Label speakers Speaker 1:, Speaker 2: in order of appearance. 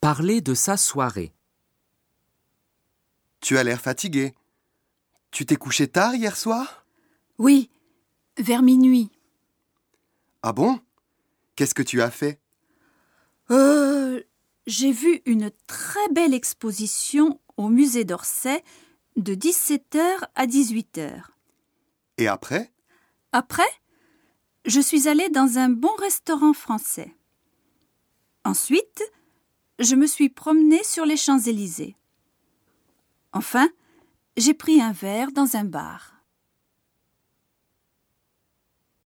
Speaker 1: Parler de sa soirée.
Speaker 2: Tu as l'air fatigué. Tu t'es couché tard hier soir
Speaker 3: Oui, vers minuit.
Speaker 2: Ah bon Qu'est-ce que tu as fait
Speaker 3: Euh, j'ai vu une très belle exposition au musée d'Orsay de 17h à 18h.
Speaker 2: Et après
Speaker 3: Après, je suis allée dans un bon restaurant français. Ensuite, je me suis promenée sur les Champs-Élysées. Enfin, j'ai pris un verre dans un bar.